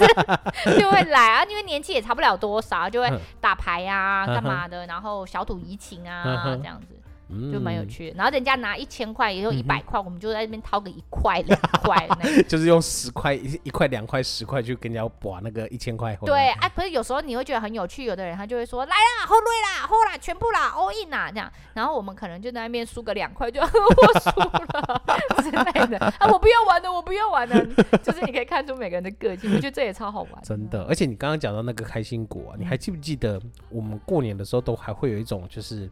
Speaker 1: 是就会来啊，因为年纪也差不了多少，就会
Speaker 2: 嗯
Speaker 1: 打牌呀、啊、
Speaker 2: 嗯哼
Speaker 1: 干嘛的，然后小赌怡情
Speaker 2: 嗯
Speaker 1: 啊
Speaker 2: 哼
Speaker 1: 这样子。
Speaker 2: 嗯 (laughs)
Speaker 1: 就蛮有，趣的。然后人家拿一千块，也就
Speaker 2: 嗯哼
Speaker 1: 一百块，我们就在那边掏个一块、两块的那
Speaker 2: (laughs)
Speaker 1: 种。
Speaker 2: 就是用十块、一一块、两块、十块去跟人家把那个一千块回
Speaker 1: 对，
Speaker 2: 来。
Speaker 1: 哎、可是有时候你会觉得很有趣，有的人他就会说来啦，后瑞啦，后啦，全部啦，all in 啦，这样。然后我们可能就在那边输个两块，就 (laughs) 我输了之类的。啊，我不要玩了，我不要玩了。就是你可以看出每个人的个性，我觉得这也超好玩。
Speaker 2: 真的，而且你刚刚讲到那个开心果
Speaker 1: 嗯
Speaker 2: 啊，你还记不记得我们过年的时候都还会有一种就是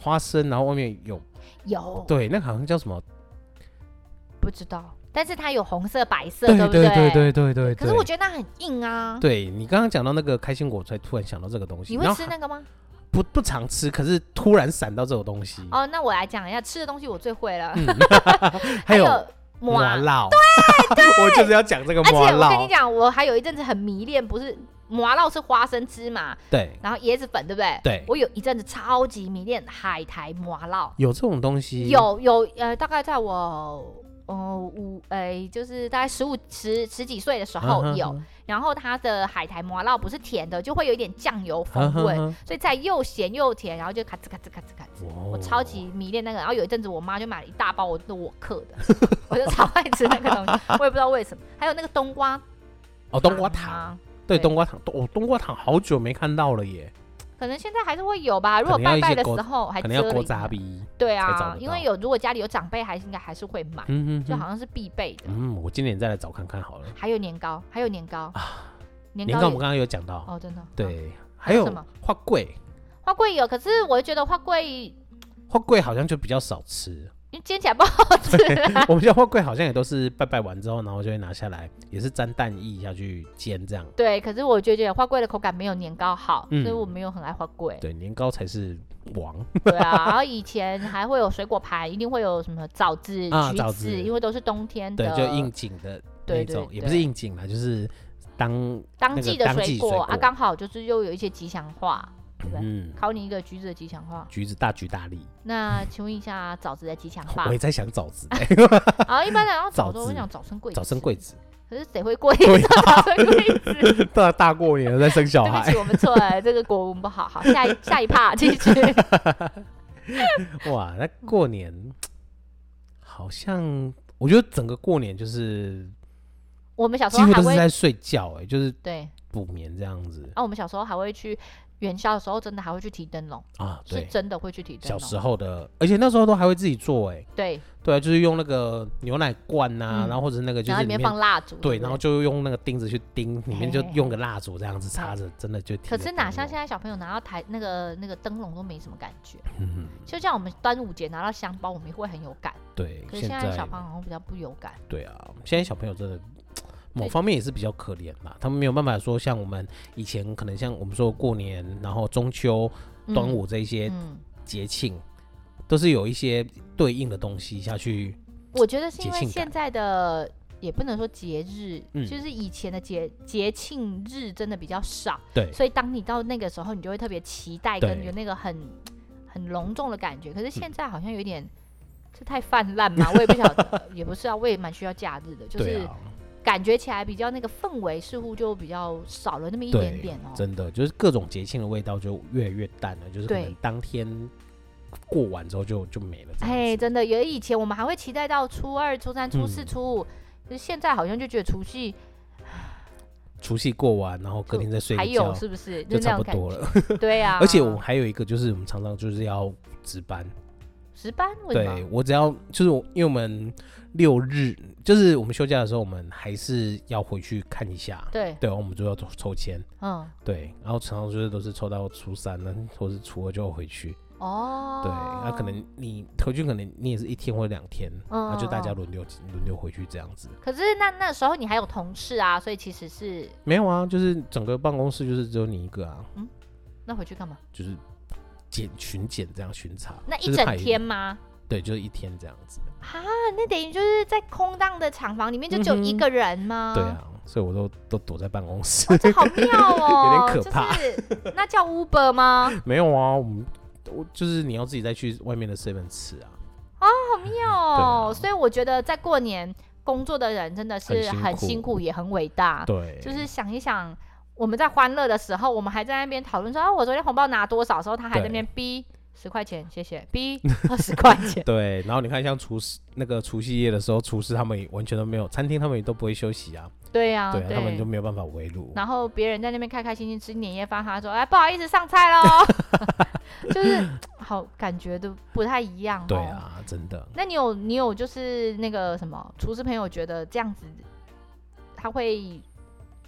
Speaker 2: 花生，然后外面有
Speaker 1: 哦有
Speaker 2: 对，那个好像叫什么？
Speaker 1: 不知道，但是它有红色、白色，
Speaker 2: 对
Speaker 1: 不
Speaker 2: 对对对对。
Speaker 1: 可是我觉得那很硬啊。
Speaker 2: 对你刚刚讲到那个开心果，我才突然想到这个东西。
Speaker 1: 你会
Speaker 2: 然后
Speaker 1: 吃
Speaker 2: 还
Speaker 1: 那个吗？
Speaker 2: 不不常吃，可是突然闪到这种东西，
Speaker 1: 哦，那我来讲一下吃的东西，我最会了。
Speaker 2: 嗯
Speaker 1: (laughs)
Speaker 2: 还有
Speaker 1: 麻
Speaker 2: 麻
Speaker 1: (laughs)
Speaker 2: 辣。对我就是要讲这个
Speaker 1: 而
Speaker 2: 麻
Speaker 1: 且我跟你
Speaker 2: 辣。
Speaker 1: 讲，我还有一阵子很迷恋，不是麻辣是花生芝麻，
Speaker 2: 对
Speaker 1: 然后椰子粉，对不对？
Speaker 2: 对，
Speaker 1: 我有一阵子超级迷恋海苔麻辣，
Speaker 2: 有这种东西。
Speaker 1: 有有呃，大概在我呃五哎，就是大概十五十十几岁的时
Speaker 2: 嗯
Speaker 1: 候
Speaker 2: 哼
Speaker 1: 有。
Speaker 2: 哼
Speaker 1: 然后它的海苔麻辣不是甜的，就会有一点酱油
Speaker 2: 嗯
Speaker 1: 风
Speaker 2: 哼
Speaker 1: 味，
Speaker 2: 哼嗯
Speaker 1: 所以在又咸又甜，然后就咔哧咔哧咔哧咔哧。
Speaker 2: 哇
Speaker 1: 我超级迷恋那个，然后有一阵子我妈就买了一大包我我嗑的，
Speaker 2: (laughs)
Speaker 1: 我就超爱吃那个东西，我也不知道为什么。还有那个冬瓜
Speaker 2: 哦，冬
Speaker 1: 啊
Speaker 2: 瓜糖，，对，冬瓜糖，冬哦，冬瓜糖好久没看到了耶，
Speaker 1: 可能现在还是会有吧。如果
Speaker 2: 可能
Speaker 1: 拜
Speaker 2: 要一些
Speaker 1: 拜的
Speaker 2: 狗
Speaker 1: 时候还
Speaker 2: 可
Speaker 1: 遮
Speaker 2: 能要
Speaker 1: 了
Speaker 2: 锅
Speaker 1: 一下
Speaker 2: 扎，鼻。
Speaker 1: 对
Speaker 2: 才找
Speaker 1: 啊
Speaker 2: 得，
Speaker 1: 因为
Speaker 2: 到
Speaker 1: 有如果家里有长辈，还是应该还是会买，
Speaker 2: 嗯哼
Speaker 1: 就好
Speaker 2: 哼，
Speaker 1: 像是必备的。
Speaker 2: 嗯，我今年再来找看看好了。
Speaker 1: 还有年糕，还有年糕，年
Speaker 2: 啊年糕我
Speaker 1: 也
Speaker 2: 们刚刚有讲到，
Speaker 1: 哦，真的啊
Speaker 2: 对，
Speaker 1: 还
Speaker 2: 还
Speaker 1: 有
Speaker 2: 有
Speaker 1: 什么
Speaker 2: 花桂，
Speaker 1: 花桂有，可是我觉得花桂
Speaker 2: 花桂好像就比较少吃。
Speaker 1: 因为煎起来不好吃
Speaker 2: (laughs)
Speaker 1: 啊。
Speaker 2: 我们家花桂好像也都是拜拜完之后，然后就会拿下来，也是沾蛋液下去煎这样。
Speaker 1: (laughs) 对，可是我就觉得花桂的口感没有年糕好，所
Speaker 2: 嗯
Speaker 1: 以我没有很爱花桂。
Speaker 2: 对，年糕才是王。
Speaker 1: 对啊，然后以前还会有水果盘，一定会有什么枣子、
Speaker 2: 啊
Speaker 1: 橘
Speaker 2: 枣
Speaker 1: 子，
Speaker 2: 子
Speaker 1: 因为都是冬天
Speaker 2: 对
Speaker 1: 的，，
Speaker 2: 就应景的
Speaker 1: 对
Speaker 2: 那
Speaker 1: 对
Speaker 2: 种，也不
Speaker 1: 对
Speaker 2: 是应景啦，就是当
Speaker 1: 当
Speaker 2: 那
Speaker 1: 季
Speaker 2: 个
Speaker 1: 的
Speaker 2: 当
Speaker 1: 水
Speaker 2: 季
Speaker 1: 果
Speaker 2: 水
Speaker 1: 啊，
Speaker 2: 果
Speaker 1: 刚好就是又有一些吉祥话，对不对？
Speaker 2: 嗯
Speaker 1: 考你一个橘子的吉祥话。
Speaker 2: 橘子大吉大利。
Speaker 1: 那请问一下枣子的吉祥话
Speaker 2: 我也在想枣子，
Speaker 1: 啊？一般人要枣
Speaker 2: 枣
Speaker 1: 都
Speaker 2: 子
Speaker 1: 会讲早生贵子，
Speaker 2: 早生贵子。 (laughs) 啊
Speaker 1: 可是谁会过年上烤这个日子？
Speaker 2: 大大过年的在生小
Speaker 1: (laughs) 对不
Speaker 2: 孩，
Speaker 1: 起，我们错了，这个国文不好。
Speaker 2: (laughs)
Speaker 1: 好，下一下一趴继续。 (laughs)
Speaker 2: 哇，那过年好像我觉得整个过年就是
Speaker 1: 我们小时
Speaker 2: 几
Speaker 1: 候
Speaker 2: 乎
Speaker 1: 还
Speaker 2: 都是
Speaker 1: 会
Speaker 2: 在睡觉、哎，就是
Speaker 1: 对
Speaker 2: 补眠这样子
Speaker 1: 啊，我们小时候还会去元宵的时候，真的还会去提灯笼，
Speaker 2: 啊，
Speaker 1: 是
Speaker 2: 对。
Speaker 1: 真的会去提灯
Speaker 2: 小
Speaker 1: 笼。
Speaker 2: 时候的，而且那时候都还会自己做、哎，
Speaker 1: 对，
Speaker 2: 对啊，就是用那个牛奶罐啊，
Speaker 1: 嗯
Speaker 2: 然后或者那个就
Speaker 1: 然后
Speaker 2: 是
Speaker 1: 里面放蜡烛。
Speaker 2: 对，
Speaker 1: 不
Speaker 2: 然后就用那个钉子去钉，里面就
Speaker 1: 嘿嘿嘿
Speaker 2: 用个蜡烛这样子插着，真的就贴
Speaker 1: 可
Speaker 2: 着
Speaker 1: 是哪
Speaker 2: 灯
Speaker 1: 像
Speaker 2: 笼
Speaker 1: 现在小朋友拿到台那个那个灯笼都没什么感觉，
Speaker 2: 嗯，
Speaker 1: 就像我们端午节拿到香包，我们也会很有感。
Speaker 2: 对，
Speaker 1: 可是
Speaker 2: 现
Speaker 1: 现在
Speaker 2: 在
Speaker 1: 小朋友好像比较不有感。
Speaker 2: 对啊，现在小朋友真的某
Speaker 1: 对
Speaker 2: 方面也是比较可怜啦，他们没有办法说像我们以前可能像我们说过年，然后中秋、
Speaker 1: 嗯
Speaker 2: 端午这一些
Speaker 1: 嗯，
Speaker 2: 节庆，都是有一些对应的东西下去，
Speaker 1: 我觉得是因
Speaker 2: 节
Speaker 1: 为
Speaker 2: 庆感
Speaker 1: 现在的也不能说节日，
Speaker 2: 嗯
Speaker 1: 就是以前的节节庆日真的比较少，
Speaker 2: 对
Speaker 1: 所以当你到那个时候，你就会特别期待
Speaker 2: 对嗯
Speaker 1: 跟有那个很很隆重的感觉。可是现在好像有点。是太泛滥
Speaker 2: (laughs)
Speaker 1: 嘛？我也不晓得，也不是啊，我也蛮需要假日的，就
Speaker 2: 对
Speaker 1: 是
Speaker 2: 啊，
Speaker 1: 感觉起来比较那个氛围似乎就比较少了那么一点点哦。
Speaker 2: 真的就是各种节庆的味道就越来越淡了，就是可
Speaker 1: 对
Speaker 2: 能当天过完之后就就没了这样
Speaker 1: 哎，
Speaker 2: 子，
Speaker 1: 真的，有以前我们还会期待到初二、初三、初四、
Speaker 2: 嗯
Speaker 1: 初五，可是现在好像就觉得除夕
Speaker 2: 除夕过完，然后隔
Speaker 1: 就
Speaker 2: 天再睡
Speaker 1: 还
Speaker 2: 一觉
Speaker 1: 有，是不是？
Speaker 2: 就
Speaker 1: 就那
Speaker 2: 差
Speaker 1: 种
Speaker 2: 不
Speaker 1: 感
Speaker 2: 多
Speaker 1: 觉。(laughs)
Speaker 2: 了。
Speaker 1: 对啊，
Speaker 2: 而且我还有一个就是我们常常就是要值班，
Speaker 1: 值班为什
Speaker 2: 对
Speaker 1: 么？
Speaker 2: 我只要就是我，因为我们六日就是我们休假的时候，我们还是要回去看一下，
Speaker 1: 对，
Speaker 2: 对，然后我们就要抽抽签，
Speaker 1: 嗯，
Speaker 2: 对，然后常常就是都是抽到初三呢，或是初二就要回去，
Speaker 1: 哦，
Speaker 2: 对，那、可能你回去可能你也是一天或两天，
Speaker 1: 嗯，
Speaker 2: 那、就大
Speaker 1: 嗯。
Speaker 2: 家
Speaker 1: 嗯
Speaker 2: 轮流轮流回去这样子。
Speaker 1: 可是那那时候你还有同事啊，所以其实是
Speaker 2: 没有啊，就是整个办公室就是只有你一个啊，
Speaker 1: 那回去干嘛？
Speaker 2: 就是检巡检这样巡查，
Speaker 1: 那一
Speaker 2: 就是怕
Speaker 1: 整
Speaker 2: 有
Speaker 1: 天吗？
Speaker 2: 对，就是一天这样子。
Speaker 1: 啊，那等于就是在空荡的厂房里面就只有一
Speaker 2: 嗯哼
Speaker 1: 个人吗？
Speaker 2: 对。啊，所以我都都躲在办公室。
Speaker 1: 哦，这好妙哦，
Speaker 2: (laughs) 有点可怕
Speaker 1: 就是那叫 Uber 吗？
Speaker 2: 没有啊，我们我就是你要自己再去外面的 seven 吃啊，
Speaker 1: 好妙哦！
Speaker 2: 对啊
Speaker 1: 所以我觉得在过年工作的人真的是
Speaker 2: 很辛
Speaker 1: 很
Speaker 2: 苦
Speaker 1: 辛苦，也很伟大。
Speaker 2: 对，
Speaker 1: 啊就是想一想，我们在欢乐的时候，我们还在那边讨论说啊，我昨天红包拿多少的时候，他还在那边逼十块钱，谢谢，逼二十块钱。 (laughs)
Speaker 2: 对。然后你看，像厨师那个除夕夜的时候，厨师他们也完全都没有，餐厅他们也都不会休息啊，
Speaker 1: 对呀、
Speaker 2: 对啊，他们就
Speaker 1: 哦对。
Speaker 2: 没有办法围炉。
Speaker 1: 然后别人在那边开开心心吃年夜饭，他说：“哎，不好意思，上菜喽。” (laughs) 就是好感觉都不太一样、哦。
Speaker 2: 对。啊，真的，
Speaker 1: 那你有你有就是那个什么厨师朋友觉得这样子，他会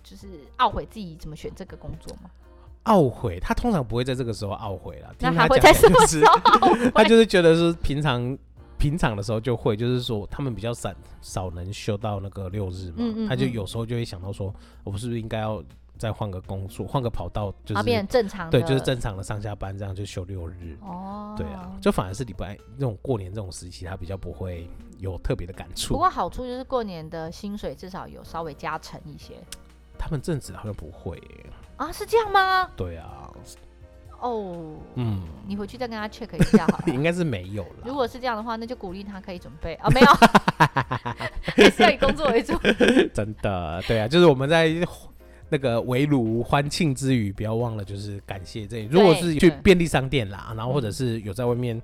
Speaker 1: 就是懊悔自己怎么选这个工作吗？
Speaker 2: 懊悔。他通常不会在这个时候懊悔啦，
Speaker 1: 哦那
Speaker 2: 听
Speaker 1: 他
Speaker 2: 他
Speaker 1: 会
Speaker 2: 讲
Speaker 1: 在
Speaker 2: 起
Speaker 1: 什
Speaker 2: 来就
Speaker 1: 么
Speaker 2: 是
Speaker 1: 时候懊
Speaker 2: (laughs) 他
Speaker 1: 悔？
Speaker 2: 就是觉得是平常平常的时候就会，就是说他们比较少少能休到那个六日嘛，
Speaker 1: 嗯嗯
Speaker 2: 他就
Speaker 1: 嗯
Speaker 2: 有时候就会想到说，我是不是应该要再换个工作，换个跑道，就
Speaker 1: 然后啊
Speaker 2: 是
Speaker 1: 变成正常的，
Speaker 2: 对，就是正常的上下班，这样就休六日。
Speaker 1: 哦，
Speaker 2: 对啊，就反而是礼拜那种过年这种时期，他比较不会有特别的感
Speaker 1: 不
Speaker 2: 触。
Speaker 1: 过好处就是过年的薪水至少有稍微加成一些
Speaker 2: 他们正职好像不会耶。
Speaker 1: 啊，是这样吗？
Speaker 2: 对啊，
Speaker 1: 哦，
Speaker 2: 嗯，
Speaker 1: 你回去再跟他 check 一下好了。 (laughs)
Speaker 2: 应该是没有
Speaker 1: 如
Speaker 2: 啦。
Speaker 1: 果是这样的话，那就鼓励他可以准备哦，没有， (laughs) 还是要以工作
Speaker 2: (laughs)
Speaker 1: 为主。
Speaker 2: 真的，对啊，就是我们在那个围炉欢庆之余，不要忘了就是感谢这。如果是去
Speaker 1: 对
Speaker 2: 便利商店啦，然后或者
Speaker 1: 嗯
Speaker 2: 是有在外面。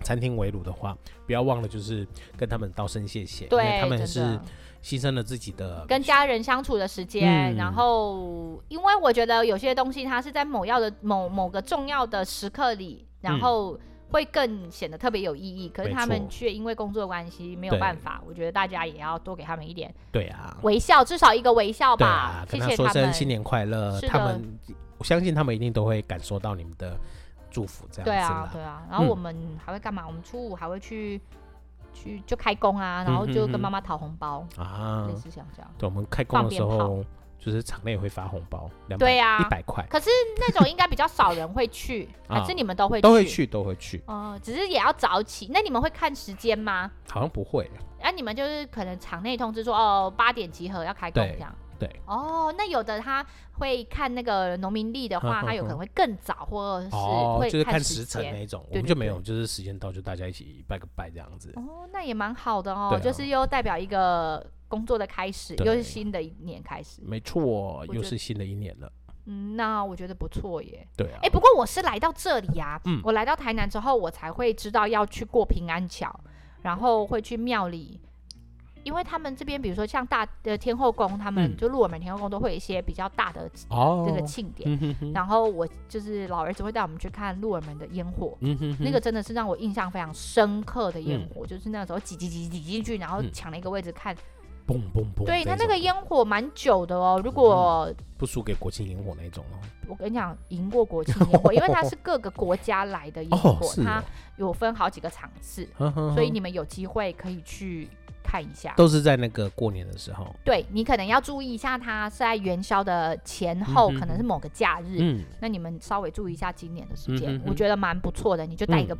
Speaker 2: 餐厅围炉的话，不要忘了就是跟他们道声谢谢，因为
Speaker 1: 对，
Speaker 2: 他们
Speaker 1: 真
Speaker 2: 是
Speaker 1: 的
Speaker 2: 牺牲了自己的
Speaker 1: 跟家人相处的时间，
Speaker 2: 嗯
Speaker 1: 然后因为我觉得有些东西它是在某要的某某个重要的时刻里，然后会更显得特别有意义。可是
Speaker 2: 嗯没
Speaker 1: 他们
Speaker 2: 错
Speaker 1: 却因为工作关系没有
Speaker 2: 对
Speaker 1: 办法，我觉得大家也要多给他们一点
Speaker 2: 对啊，
Speaker 1: 微笑，至少一个微笑
Speaker 2: 对
Speaker 1: 吧
Speaker 2: 啊，。
Speaker 1: 谢
Speaker 2: 跟
Speaker 1: 谢
Speaker 2: 说
Speaker 1: 他
Speaker 2: 声
Speaker 1: 们。
Speaker 2: 新年快乐，
Speaker 1: 是
Speaker 2: 他
Speaker 1: 的
Speaker 2: 们我相信他们一定都会感受到你们的祝福，这样子
Speaker 1: 对啊
Speaker 2: 啦，。
Speaker 1: 对啊。然后
Speaker 2: 嗯
Speaker 1: 我们还会干嘛？我们初五还会去去就开工啊，然后就
Speaker 2: 嗯嗯
Speaker 1: 跟
Speaker 2: 嗯
Speaker 1: 妈妈讨红包，
Speaker 2: 啊
Speaker 1: 类，似像这样。
Speaker 2: 对，我们开工
Speaker 1: 放
Speaker 2: 的时
Speaker 1: 鞭
Speaker 2: 候，就是场内也会发红包，两
Speaker 1: 对啊
Speaker 2: 一百块
Speaker 1: 可是那种应该比较少人会去，
Speaker 2: (laughs) 啊
Speaker 1: 还是你们都会
Speaker 2: 都会去，都会去，
Speaker 1: 哦，只是也要早起。那你们会看时间吗？
Speaker 2: 好像不会，
Speaker 1: 啊，你们就是可能场内通知说哦，八点集合要开工
Speaker 2: 对
Speaker 1: 这样。
Speaker 2: 对。
Speaker 1: 哦，那有的他会看那个农民历的话，
Speaker 2: 哼哼
Speaker 1: 他有可能会更早，或者是
Speaker 2: 嗯哦，
Speaker 1: 会
Speaker 2: 就是看
Speaker 1: 时
Speaker 2: 时辰
Speaker 1: 间。
Speaker 2: 那种，我
Speaker 1: 对
Speaker 2: 们
Speaker 1: 对
Speaker 2: 就没
Speaker 1: 对
Speaker 2: 有，就是时间到就大家一起拜个拜这样子，
Speaker 1: 哦，那也蛮好的哦，
Speaker 2: 对啊
Speaker 1: 就是又代表一个工作的开始，
Speaker 2: 对嗯
Speaker 1: 又是新的一年开始。
Speaker 2: 没错，
Speaker 1: 觉
Speaker 2: 又
Speaker 1: 得
Speaker 2: 是新的一年了。
Speaker 1: 嗯，那我觉得不错耶。
Speaker 2: 对啊，
Speaker 1: 哎、不过我是来到这里呀、
Speaker 2: 嗯
Speaker 1: 我来到台南之后，我才会知道要去过平安桥，然后会去庙里，因为他们这边比如说像大的天后宫，他们
Speaker 2: 嗯
Speaker 1: 就鹿尾门天后宫都会有一些比较大的
Speaker 2: 哦，
Speaker 1: 这个庆典。
Speaker 2: 嗯哼哼，
Speaker 1: 然后我就是老儿子会带我们去看鹿耳门的烟火，
Speaker 2: 嗯哼哼
Speaker 1: 那个真的是让我印象非常深刻的烟火，就是那时候挤挤挤挤进去，然后
Speaker 2: 嗯
Speaker 1: 抢了一个位置看。
Speaker 2: 嘣嘣嘣，
Speaker 1: 对，它
Speaker 2: 他
Speaker 1: 那个烟火蛮久的哦。如果
Speaker 2: 不输给国庆烟火那一种哦。
Speaker 1: 我跟你讲，赢过国庆烟火，因为它是各个国家来的烟
Speaker 2: 哦
Speaker 1: 火，，
Speaker 2: 是
Speaker 1: 它
Speaker 2: 哦，
Speaker 1: 有分好几个场次，
Speaker 2: 呵呵呵
Speaker 1: 所以你们有机会可以去看一下。
Speaker 2: 都是在那个过年的时候，
Speaker 1: 对你可能要注意一下，它是在元宵的前后，
Speaker 2: 嗯哼
Speaker 1: 可能是某个假日，
Speaker 2: 嗯，
Speaker 1: 那你们稍微注意一下今年的时间，
Speaker 2: 嗯哼哼嗯
Speaker 1: 我觉得蛮不错的。你就带一个、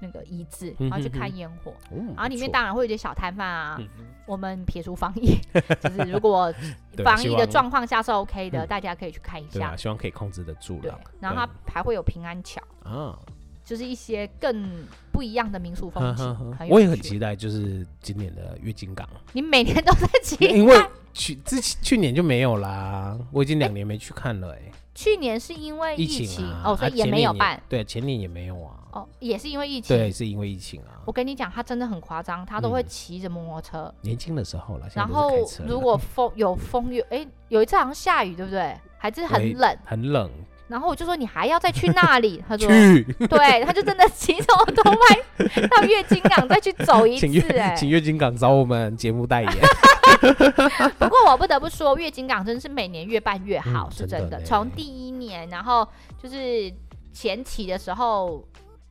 Speaker 1: 那个椅子，
Speaker 2: 嗯哼哼
Speaker 1: 然后去看烟火，
Speaker 2: 然
Speaker 1: 然后里面当然会有点小摊贩啊。
Speaker 2: 嗯
Speaker 1: 我们撇除防疫， (laughs) 就是如果
Speaker 2: (laughs) 对
Speaker 1: 防
Speaker 2: 希
Speaker 1: 疫
Speaker 2: 望
Speaker 1: 的状况下是 OK 的，
Speaker 2: 嗯
Speaker 1: 大家可以去看一
Speaker 2: 对
Speaker 1: 下
Speaker 2: 啊，。希望可以控制得住
Speaker 1: 对
Speaker 2: 了，
Speaker 1: 然后它还会有平安桥，
Speaker 2: 啊。
Speaker 1: 就是一些更不一样的民俗风
Speaker 2: 呵
Speaker 1: 景
Speaker 2: 呵呵。
Speaker 1: 很有
Speaker 2: 我也很
Speaker 1: 趣
Speaker 2: 期待，就是今年的月经
Speaker 1: (laughs)
Speaker 2: 港，
Speaker 1: 你每年都在期
Speaker 2: (laughs)
Speaker 1: 待。
Speaker 2: 因为去之前去年就没有啦，我已经两年没去看了，哎，
Speaker 1: 去年是因为疫情
Speaker 2: 情啊，
Speaker 1: 哦，所
Speaker 2: 啊
Speaker 1: 以也
Speaker 2: 前
Speaker 1: 没
Speaker 2: 年
Speaker 1: 有办
Speaker 2: 对，前年也没有啊，
Speaker 1: 哦，也是因为疫
Speaker 2: 对，
Speaker 1: 情。
Speaker 2: 是因为疫情啊
Speaker 1: 我，跟你讲，他真的很夸张，他都会
Speaker 2: 嗯
Speaker 1: 骑着摩托车，
Speaker 2: 年轻的时候啦，现
Speaker 1: 然
Speaker 2: 在都是
Speaker 1: 后
Speaker 2: 开车了
Speaker 1: 如果风有风有，哎、有一次好像下雨，对不对？还是很
Speaker 2: 对
Speaker 1: 冷。
Speaker 2: 很冷，
Speaker 1: 然后我就说你还要再去那里，他说
Speaker 2: 去， (laughs)
Speaker 1: 对，他就真的骑着我头拍到月经港再去走一
Speaker 2: 请
Speaker 1: 次、
Speaker 2: 月请
Speaker 1: 哎，
Speaker 2: 月经港找我们节目代言，
Speaker 1: (laughs) 不过我不得不说，月经港真是每年越办越好，
Speaker 2: 嗯
Speaker 1: 是
Speaker 2: 真
Speaker 1: 真
Speaker 2: 的
Speaker 1: 的。
Speaker 2: 嘞
Speaker 1: 从第一年，然后就是前期的时候，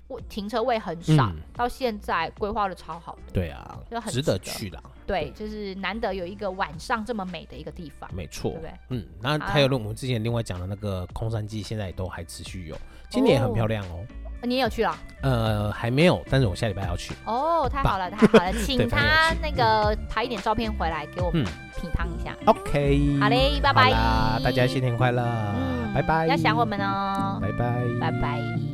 Speaker 1: 我停车位很少，
Speaker 2: 嗯
Speaker 1: 到现在规划的超好的。
Speaker 2: 对啊
Speaker 1: 就，很
Speaker 2: 值得
Speaker 1: 值得
Speaker 2: 去啦，
Speaker 1: 对，就是难得有一个晚上这么美的一个地方，
Speaker 2: 没
Speaker 1: 对
Speaker 2: 错
Speaker 1: 不，对？
Speaker 2: 嗯，那
Speaker 1: 好
Speaker 2: 还有我们之前另外讲的那个空山记，现在也都还持续有，今年也很漂亮哦。
Speaker 1: 你也有去了？
Speaker 2: 呃，还没有，但是我下礼拜要去。
Speaker 1: 哦，太好了，太好
Speaker 2: (laughs)
Speaker 1: 了，请
Speaker 2: 对反正
Speaker 1: 他
Speaker 2: 有
Speaker 1: 那个拍一点照片回来给我们
Speaker 2: 嗯
Speaker 1: 品尝一下。
Speaker 2: OK，
Speaker 1: 好嘞拜拜
Speaker 2: 啊
Speaker 1: 嗯
Speaker 2: 好啦大家新年快乐，拜拜，
Speaker 1: 要想我，们哦，
Speaker 2: 拜拜，
Speaker 1: 拜拜。